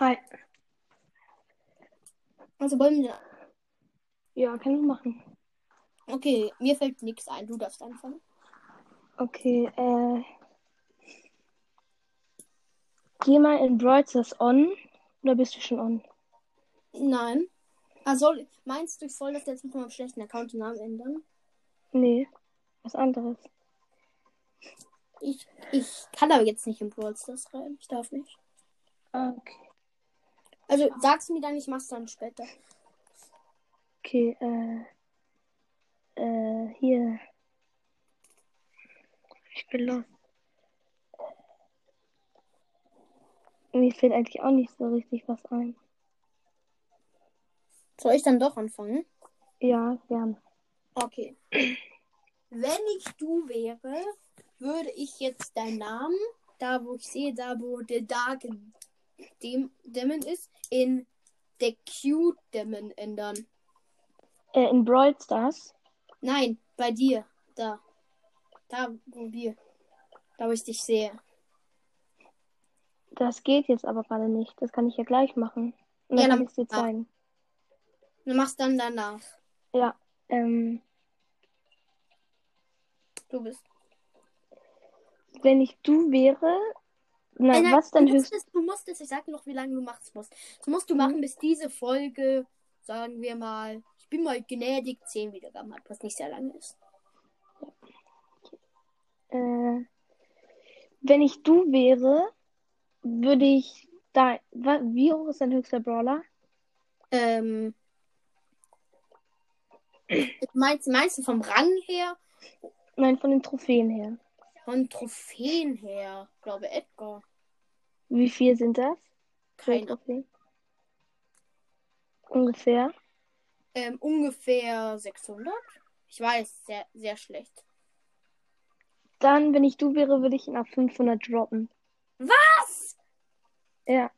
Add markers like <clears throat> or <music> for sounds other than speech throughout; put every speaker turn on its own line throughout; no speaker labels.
Hi.
Also wollen wir.
Ja, kann ich machen.
Okay, mir fällt nichts ein. Du darfst anfangen.
Okay, äh. Geh mal in Brawl Stars on. Oder bist du schon on?
Nein. Also meinst du, ich soll das jetzt mit meinem schlechten Account den Namen ändern?
Nee. Was anderes.
Ich, ich kann aber jetzt nicht in Brawl Stars rein. Ich darf nicht. Ah,
Okay.
Also sag's mir dann, ich mach's dann später.
Okay, äh. Äh, hier. Ich bin los. Mir fällt eigentlich auch nicht so richtig was ein.
Soll ich dann doch anfangen?
Ja, gern.
Okay. Wenn ich du wäre, würde ich jetzt deinen Namen, da wo ich sehe, da wo der Dark Dem Demon ist, in der Cute Demon ändern.
Äh, in Brawl Stars.
Nein, bei dir. Da. Da, wo wir. Da, wo ich dich sehe.
Das geht jetzt aber gerade nicht. Das kann ich ja gleich machen. Und
Ja,
dann
dann-
kann ich es dir
ja.
zeigen.
Du machst dann danach.
Ja, ähm,
Du bist.
wenn ich du wäre. Nein,
Äh, Nein,
was denn
du
höchst.
musst
Mhm.
es, Du musst es, ich sag dir noch, wie lange du machen musst. Das musst du machen, bis diese Folge, sagen wir mal, ich bin mal gnädig, 10 Wiedergaben hat, was nicht sehr lange ist.
Äh, wenn ich du wäre, würde ich da. Wa, wie hoch ist dein höchster Brawler?
Ähm. <clears throat> Ich meinst, meinst du vom Rang her?
Nein, von den Trophäen her.
Von Trophäen her? Ich glaube, Edgar.
Wie viel sind das?
Keine.
Trophäen? Ungefähr.
Ähm, ungefähr 600? Ich weiß, sehr, sehr schlecht.
Dann, wenn ich du wäre, würde ich ihn auf 500 droppen.
Was?
Ja,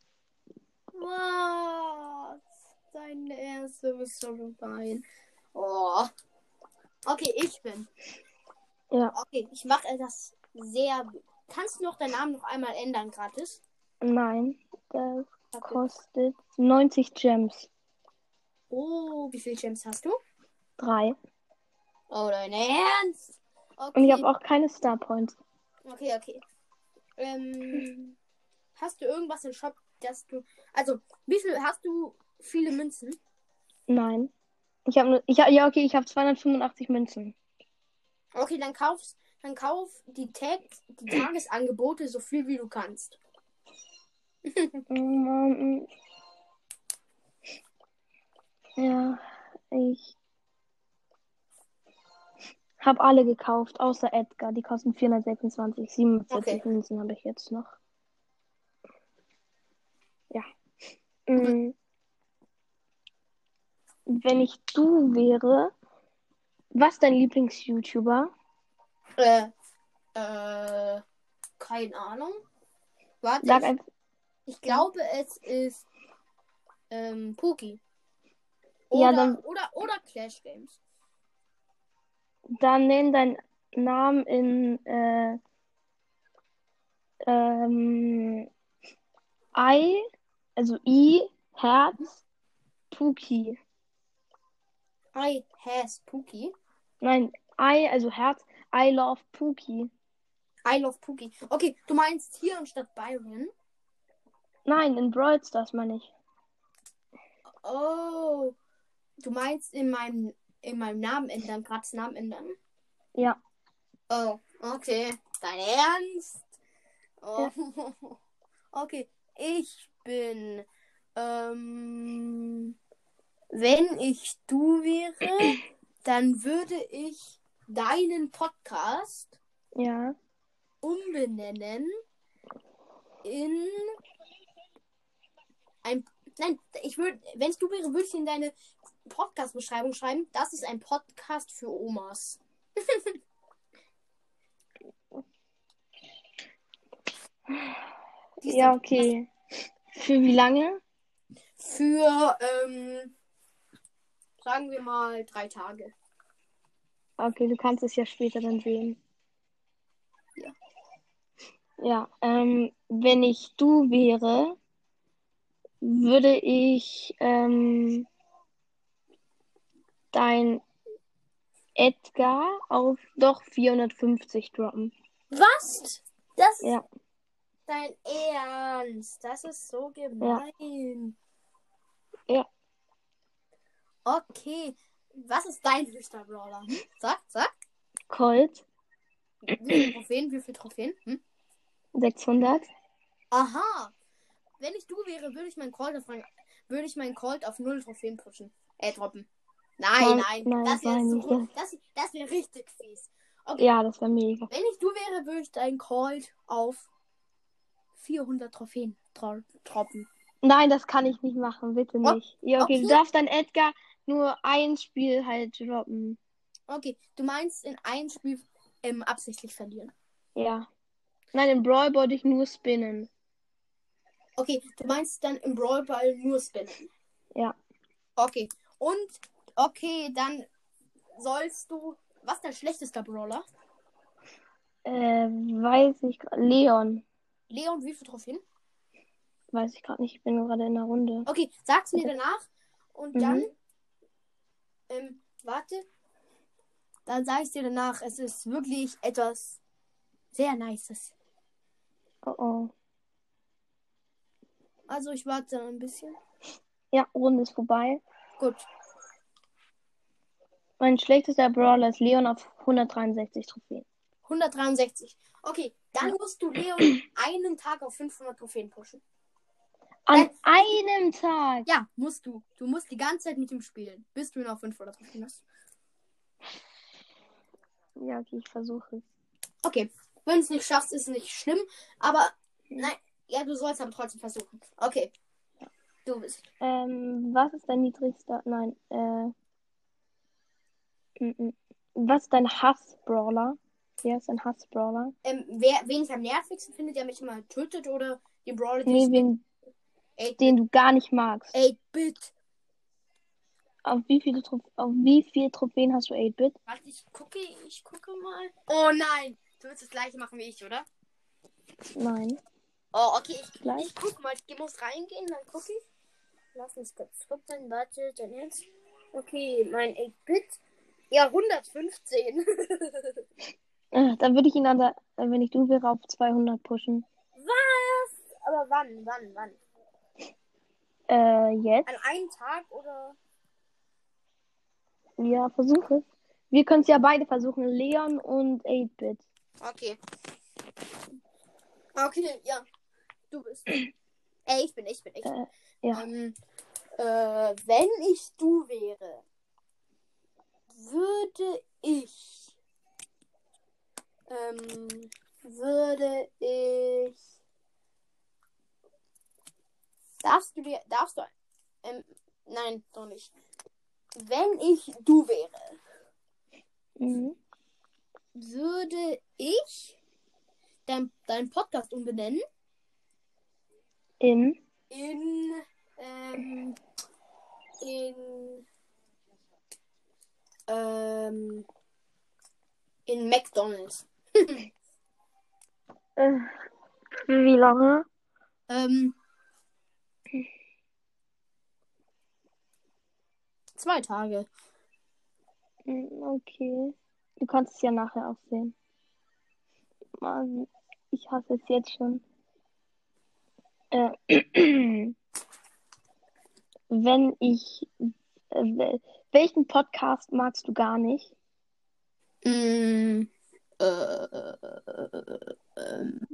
Was? Dein Ernst, du bist so gemein. Oh. Okay, ich bin.
ja.
Okay, ich mache das sehr. Kannst du noch deinen Namen noch einmal ändern, gratis?
Nein, das
Okay.
kostet 90 Gems.
Oh, wie viele Gems hast du?
Drei.
Oh, dein Ernst? Okay.
Und ich habe auch keine Star Points.
Okay, okay. Ähm, hast du irgendwas im Shop, dass du. Also, wie viel hast du viele Münzen?
Nein. Ich habe nur. Ich hab, ja, okay, ich habe 285 Münzen.
Okay, dann kaufst dann kauf die Tag, die Tagesangebote so viel wie du kannst.
Ähm, Ja, ich habe alle gekauft, außer Edgar. Die kosten 426. 47
Okay.
Münzen habe ich jetzt noch. Ja.
Mhm.
Ähm, Wenn ich du wäre, was dein Lieblings-YouTuber?
Äh, äh, keine Ahnung. Warte,
Sag
ich,
einfach.
ich glaube, es ist ähm, Poki. Oder,
Ja, dann-
oder, oder Clash Games.
Dann nenn deinen Namen in äh, ähm, I, also I, Herz, Puki.
I has Pookie.
Nein, I, also Herz, I love Puki.
I love Pookie. Okay, du meinst hier anstatt Byron?
Nein, in Brawl Stars meine ich.
Oh, du meinst in meinem, in meinem Namen ändern, gratis Namen ändern?
Ja.
Oh, okay. Dein Ernst? Oh. <laughs> Okay, ich bin. Ähm, wenn ich du wäre, dann würde ich deinen Podcast
Ja.
umbenennen in ein nein, ich würde, wenn es du wäre, würde ich in deine Podcast-Beschreibung schreiben, das ist ein Podcast für Omas. <laughs> Die ist
Ja, okay. Für wie lange?
Für, ähm, sagen wir mal drei Tage.
Okay, du kannst es ja später dann sehen.
Ja.
Ja, ähm, wenn ich du wäre, würde ich ähm, dein Edgar auf doch 450 droppen.
Was? Das
Ja.
ist dein Ernst. Das ist so gemein.
Ja.
Okay. Was ist dein höchster Brawler? Hm? Sag, sag.
Colt
Wie viele Trophäen? Wie viele Trophäen? Hm?
600.
Aha. Wenn ich du wäre, würde ich meinen Colt auf, würde ich meinen Colt auf null Trophäen pushen. Äh, droppen. Nein, nein.
Nein, nein,
das wäre
nein,
so,
nicht
das, das wäre richtig fies.
Ja, das war mega.
Wenn ich du wäre, würde ich deinen Colt auf 400 Trophäen tro droppen.
Nein, das kann ich nicht machen, bitte
Oh,
nicht. Ja, okay,
okay.
du darfst dein Edgar nur ein Spiel halt droppen.
Okay, du meinst in einem Spiel ähm, absichtlich verlieren.
Ja. Nein, im Brawl wollte ich nur spinnen.
Okay, du meinst dann im Brawl Ball nur spinnen.
Ja.
Okay, und okay, dann sollst du. Was ist dein schlechtester Brawler?
Äh, weiß ich gra- Leon.
Leon, wie viele Trophäen?
Weiß ich gerade nicht, ich bin gerade in der Runde.
Okay, sag's mir danach und
Mhm.
dann. Ähm, warte. Dann sag ich dir danach. Es ist wirklich etwas sehr Nices.
Oh oh.
Also ich warte dann ein bisschen.
Ja, Runde ist vorbei.
Gut.
Mein schlechtester Brawler ist Leon auf 163 Trophäen.
163. Okay, dann musst <clears throat> du Leon einen Tag auf 500 Trophäen pushen.
An einem Tag.
Ja, musst du. Du musst die ganze Zeit mit ihm spielen, bis du ihn auf 500 Trophäen hast.
Ja, okay, ich versuche es.
Okay, wenn du es nicht schaffst, ist es nicht schlimm, aber nein, ja, du sollst aber trotzdem versuchen. Okay, du bist.
Ähm, was ist dein niedrigster? Nein, äh. mm, mm. Was ist dein Hass-Brawler? Wer ist dein Hass-Brawler?
Ähm, wer, wen ich am nervigsten finde, der mich immer tötet oder den Brawler, den
Nee, wen,
Ey.
den du gar nicht magst.
ich 8-Bit.
Auf wie viele Tro auf wie viel Trophäen hast du 8-Bit?
Warte, ich gucke, ich gucke mal. Oh nein, du willst das gleiche machen wie ich, oder?
Nein,
Oh, okay, ich
gleich.
Ich guck mal, ich muss reingehen, dann guck ich. Lass uns kurz gucken, warte, dann jetzt. Okay, mein 8-Bit. Ja, 115.
Äh, dann würde ich ihn an der, äh, wenn ich du wäre, auf 200 pushen.
<laughs> Aber wann, wann, wann?
Äh, jetzt?
An einem Tag oder?
Ja, versuche. Wir können es ja beide versuchen, Leon und 8-Bit.
Okay. Ah, Okay, ja. Du
<clears throat>
bist. Ey, ich bin, ich bin, ich bin.
Äh, ja.
Ähm, äh, wenn ich du wäre, würde ich. Ähm, würde ich. Darfst du dir. Darfst du. Ähm, nein, doch nicht. Wenn ich du wäre,
Mhm.
würde ich dein, deinen Podcast umbenennen
In.
in. Ähm, in. Ähm, in McDonalds.
Äh, wie lange?
Ähm, zwei Tage.
Mm, Okay. Du kannst es ja nachher auch sehen. Mann, ich hasse es jetzt schon. Äh, <clears throat> wenn ich. Äh, wel- welchen Podcast magst du gar nicht?
Mm, äh, äh, ähm.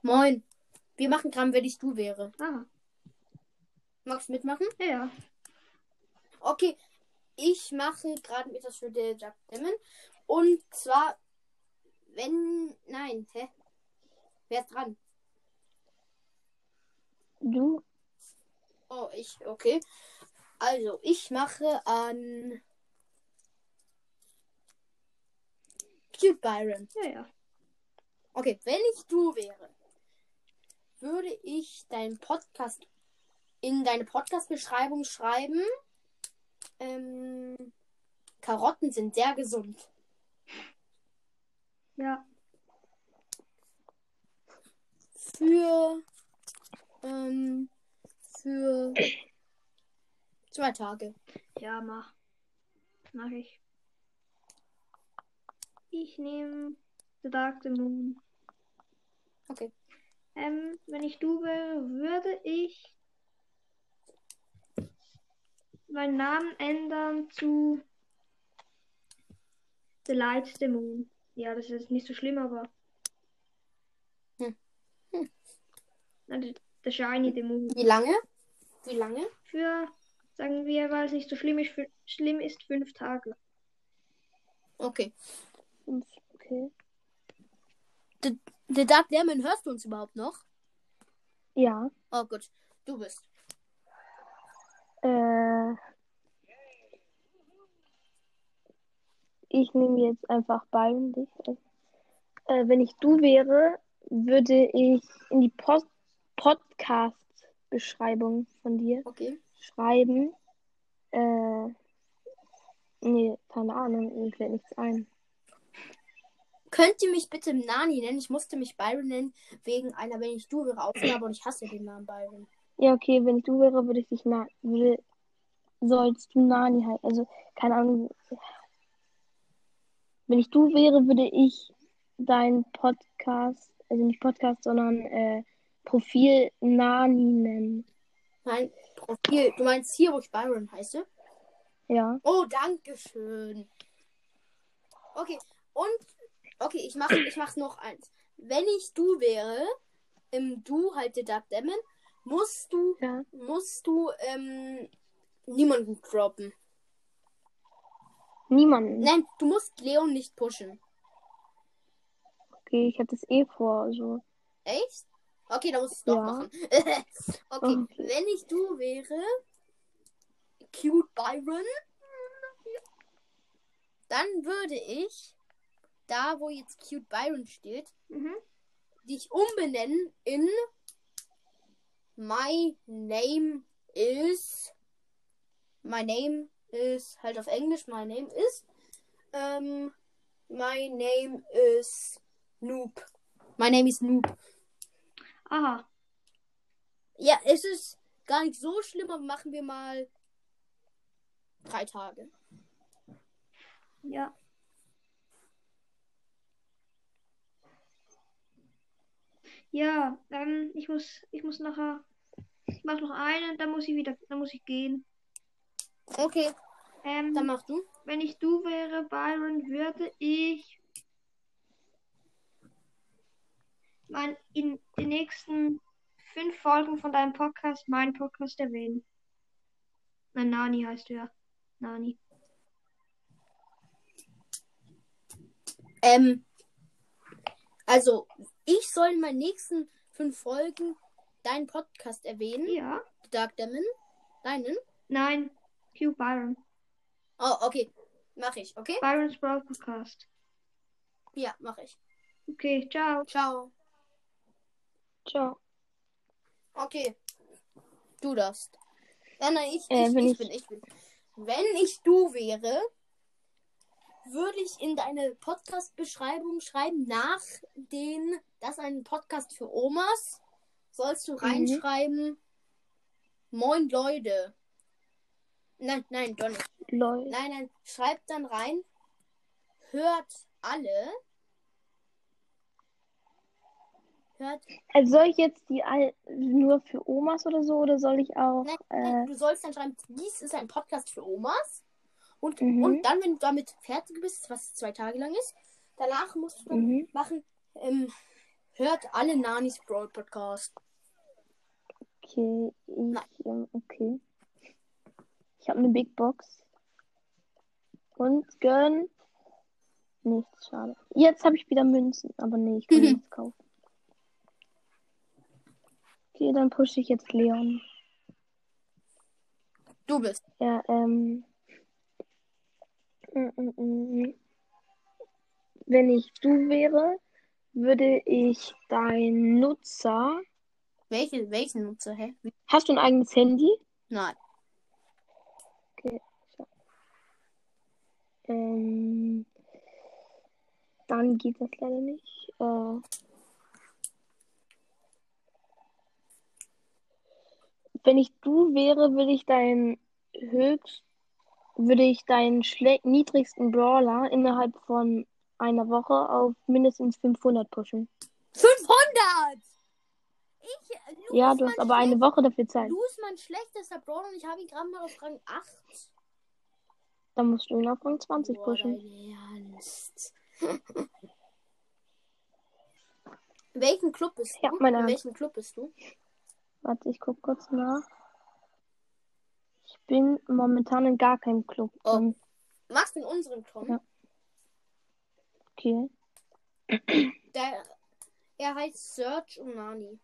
Moin. Wir machen Gramm, wenn ich du wäre.
Ah,
Magst du mitmachen?
ja.
Okay, ich mache gerade mit das für der Jack Lemon. Und zwar, wenn. Nein, hä? Wer ist dran?
Du?
Oh, ich, okay. Also, ich mache an. Cute Byron.
Ja, ja.
Okay, wenn ich du wäre, würde ich deinen Podcast in deine Podcast-Beschreibung schreiben. Ähm, Karotten sind sehr gesund.
Ja.
für ähm, für zwei Tage.
Ja, mach. Mach ich. Ich nehme The Dark the Moon.
Okay.
Ähm, wenn ich du wäre, würde ich meinen Namen ändern zu The Light the Moon. Ja, das ist nicht so schlimm, aber.
Hm.
Na, The Also, the Shiny the Moon.
Wie lange? Wie lange?
Für, sagen wir, weil es nicht so schlimm ist, fün- schlimm ist fünf Tage.
Okay.
Fünf, okay.
The Dark Lemon, hörst du uns überhaupt noch?
Ja.
Oh gut, du bist.
Äh, ich nehme jetzt einfach Ball und dich. Äh, wenn ich du wäre, würde ich in die Pod Podcast-Beschreibung von dir
Okay.
schreiben. Äh, nee, keine Ahnung, mir fällt nichts ein.
Könnt ihr mich bitte Nani nennen? Ich musste mich Byron nennen wegen einer, wenn ich du wäre, Aufnahme und ich hasse den Namen Byron.
Ja, okay, wenn ich du wäre, würde ich dich na würde sollst du Nani heißen. Also, keine Ahnung. Wenn ich du wäre, würde ich dein Podcast, also nicht Podcast, sondern äh, Profil Nani nennen.
Mein Profil, du meinst hier, wo ich Byron heiße?
Ja.
Oh, danke schön. Okay, und okay, ich mache ich mach noch eins. Wenn ich du wäre, im Du halt The Dark Demon, musst du
Ja.
musst du ähm, niemanden droppen.
Niemanden.
Nein, du musst Leon nicht pushen.
Okay, ich hatte es eh vor, so.
Echt? Okay, da muss ich es doch
Ja.
machen. <laughs> okay,
Okay.
wenn ich du wäre, cute Byron, dann würde ich, da wo jetzt cute Byron steht,
Mhm.
dich umbenennen in My name is. My name is halt auf Englisch. My name is. Ähm, my name is Noob. My name is Noob.
Aha.
Ja, es ist gar nicht so schlimm, aber machen wir mal drei Tage.
Ja. Ja, ähm, ich muss, ich muss nachher, ich mach noch einen, dann muss ich wieder, dann muss ich gehen.
Okay,
Ähm,
dann mach du.
wenn ich du wäre, Byron, würde ich mein, in den nächsten fünf Folgen von deinem Podcast, meinen Podcast erwähnen. Nein, Nani heißt du ja. Nani.
Ähm, also, ich soll in meinen nächsten fünf Folgen deinen Podcast erwähnen.
Ja.
The Dark Demon. Deinen?
Nein, Q Byron.
Oh, okay. Mach ich, okay?
Byron's Brawl Podcast.
Ja, mach ich.
Okay, ciao.
Ciao.
Ciao.
Okay. Du darfst. Ja, nein, ich,
Äh,
ich,
wenn
ich,
ich-
bin, ich bin. Wenn ich du wäre, würde ich in deine Podcast-Beschreibung schreiben, nach den, das ist ein Podcast für Omas, sollst
Mhm.
du reinschreiben, moin Leute. Nein, nein, doch nicht.
Lol.
Nein, nein, schreibt dann rein. Hört alle. Hört.
Also soll ich jetzt die all nur für Omas oder so oder soll ich auch
Nein, nein,
äh,
Ne, du sollst dann schreiben, dies ist ein Podcast für Omas. Und,
Mhm.
und dann, wenn du damit fertig bist, was zwei Tage lang ist, danach musst du dann
mhm.
machen, ähm, hört alle Nanis Broad Podcast.
okay, ich, ähm, okay. Ich habe eine Big Box. Und gönn nichts, schade. Jetzt habe ich wieder Münzen, aber nee, ich kann
Mhm.
nichts kaufen. Okay, dann pushe ich jetzt Leon.
Du bist.
Ja, ähm. mm, mm, mm. Wenn ich du wäre, würde ich dein Nutzer.
Welche, welchen Nutzer? Hä?
Hast du ein eigenes Handy?
Nein.
Ähm, dann geht das leider nicht. Äh, wenn ich du wäre, würde ich deinen höchst, würde ich deinen schle- niedrigsten Brawler innerhalb von einer Woche auf mindestens 500 pushen.
500! Ich, äh, Lu
ja,
ist
du hast
mein
aber eine Woche dafür
schle-
Zeit.
Lu ist mein schlechtester Brawler und ich habe ihn gerade mal auf Rang 8.
Dann musst du ihn auf Rang 20
Boah,
pushen.
dein Ernst. In welchem Club bist du?
Ja, meine
In
Hand.
welchem Club bist du?
Warte, ich guck kurz nach. Ich bin momentan in gar keinem Club.
Oh.
drin.
Machst du in unserem Club?
Ja. Okay.
Der, er heißt Search Unani.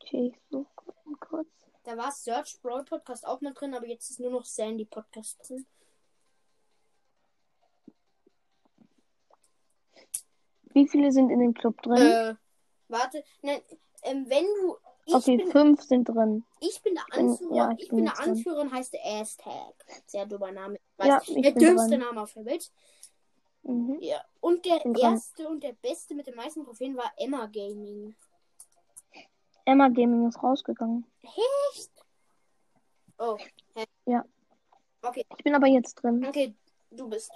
Okay, ich suche kurz.
Da war Search Brawl Podcast auch mit drin, aber jetzt ist nur noch Sandy Podcast drin.
Wie viele sind in dem Club drin?
Äh, warte, nein, ähm, wenn du. Ich,
okay,
bin,
fünf sind drin.
ich bin der
bin-
Anführer.
ja,
ich,
ich
bin
bin
der
jetzt dran.
Anführerin, heißt der Aztag. Sehr dummer Name. ich
Ja,
Weiß.
ich
der
bin
dümmste
dran.
Name auf der Welt.
Mhm.
Ja. Und der
bin dran.
erste und der beste mit den meisten Trophäen war Emma Gaming.
Emma Gaming ist rausgegangen.
Oh,
Ich bin aber jetzt drin.
okay, du bist.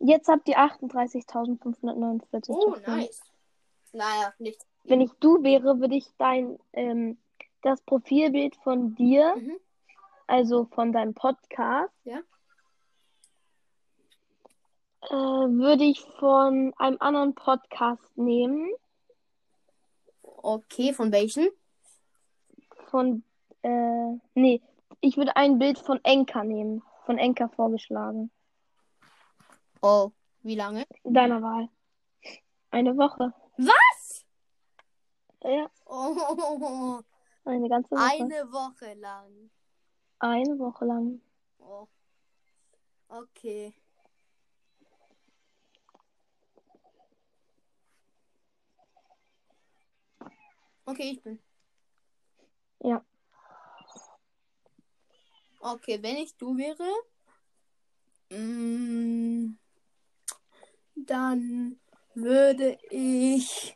Jetzt habt ihr 38.549.
Oh,
Trophäen.
nice. Naja, nichts.
Wenn ich du wäre, würde ich dein ähm, das Profilbild von dir,
Mhm.
also von deinem Podcast,
Ja.
äh, würde ich von einem anderen Podcast nehmen,
Okay, von welchen?
von äh, nee, ich würde ein Bild von Enka nehmen, von Enka vorgeschlagen,
Oh, wie lange?
deiner Wahl. Eine Woche.
Was?
Ja,
Oh, <laughs>
eine ganze Woche.
eine Woche lang.
Eine Woche lang.
Oh. Okay. Okay, ich bin.
Ja.
Okay, wenn ich du wäre, mm, dann würde ich,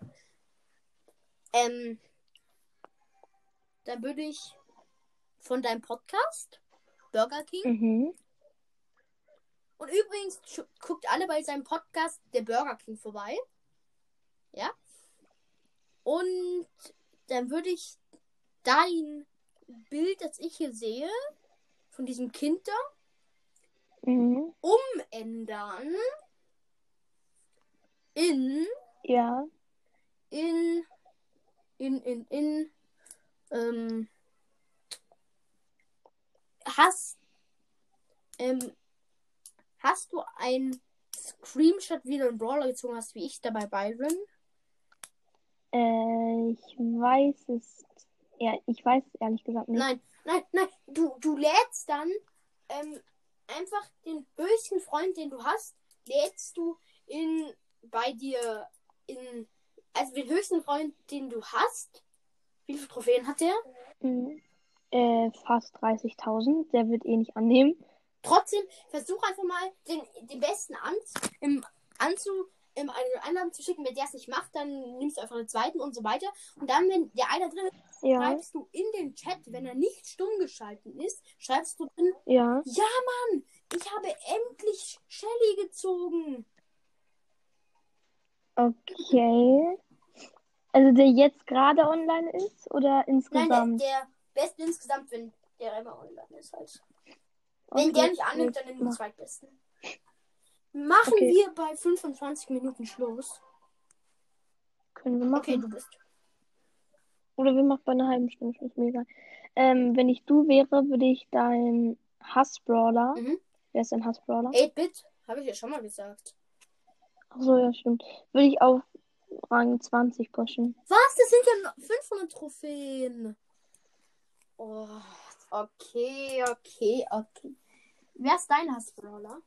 ähm, dann würde ich von deinem Podcast Burger King
Mhm.
und übrigens schu- guckt alle bei seinem Podcast der Burger King vorbei. Ja. Und dann würde ich dein Bild, das ich hier sehe, von diesem Kind da
Mhm.
ändern in
Ja.
in in in in ähm, hast ähm, hast du ein Screenshot wie du einen Brawler gezogen hast wie ich dabei Byron
Äh, ich weiß es. Ja, ich weiß es ehrlich gesagt nicht.
Nein, nein, nein. Du, du lädst dann ähm, einfach den höchsten Freund, den du hast, lädst du in bei dir in also den höchsten Freund, den du hast. Wie viele Trophäen hat der?
Mhm. Äh, fast 30.000. Der wird eh nicht annehmen.
Trotzdem versuch einfach mal den, den besten An im Anzu im einen anderen zu schicken. Wenn der es nicht macht, dann nimmst du einfach den zweiten und so weiter. Und dann, wenn der einer drin ist,
Ja,
schreibst du in den Chat, wenn er nicht stumm geschalten ist, schreibst du drin,
ja.
Ich habe endlich Shelly gezogen.
Okay. Also der jetzt gerade online ist oder
Nein,
insgesamt?
der, der Beste insgesamt, wenn der immer online ist halt.
Okay.
Wenn der nicht annimmt, dann nimmt den
mach.
Zweitbesten. Machen
Okay.
wir bei 25 Minuten Schluss.
Können wir
Okay,
machen.
du bist.
Oder wir machen bei einer halben Stunde. Ist mir egal. Ähm, wenn ich du wäre, würde ich dein Hassbrawler.
Mhm.
Wer ist dein Hassbrawler?
8-Bit, habe ich ja schon mal gesagt.
Achso, ja, stimmt. Würde ich auf Rang 20 pushen.
Was? Das sind ja noch 500 Trophäen. Oh, okay, okay, okay. Wer ist dein Hassbrawler?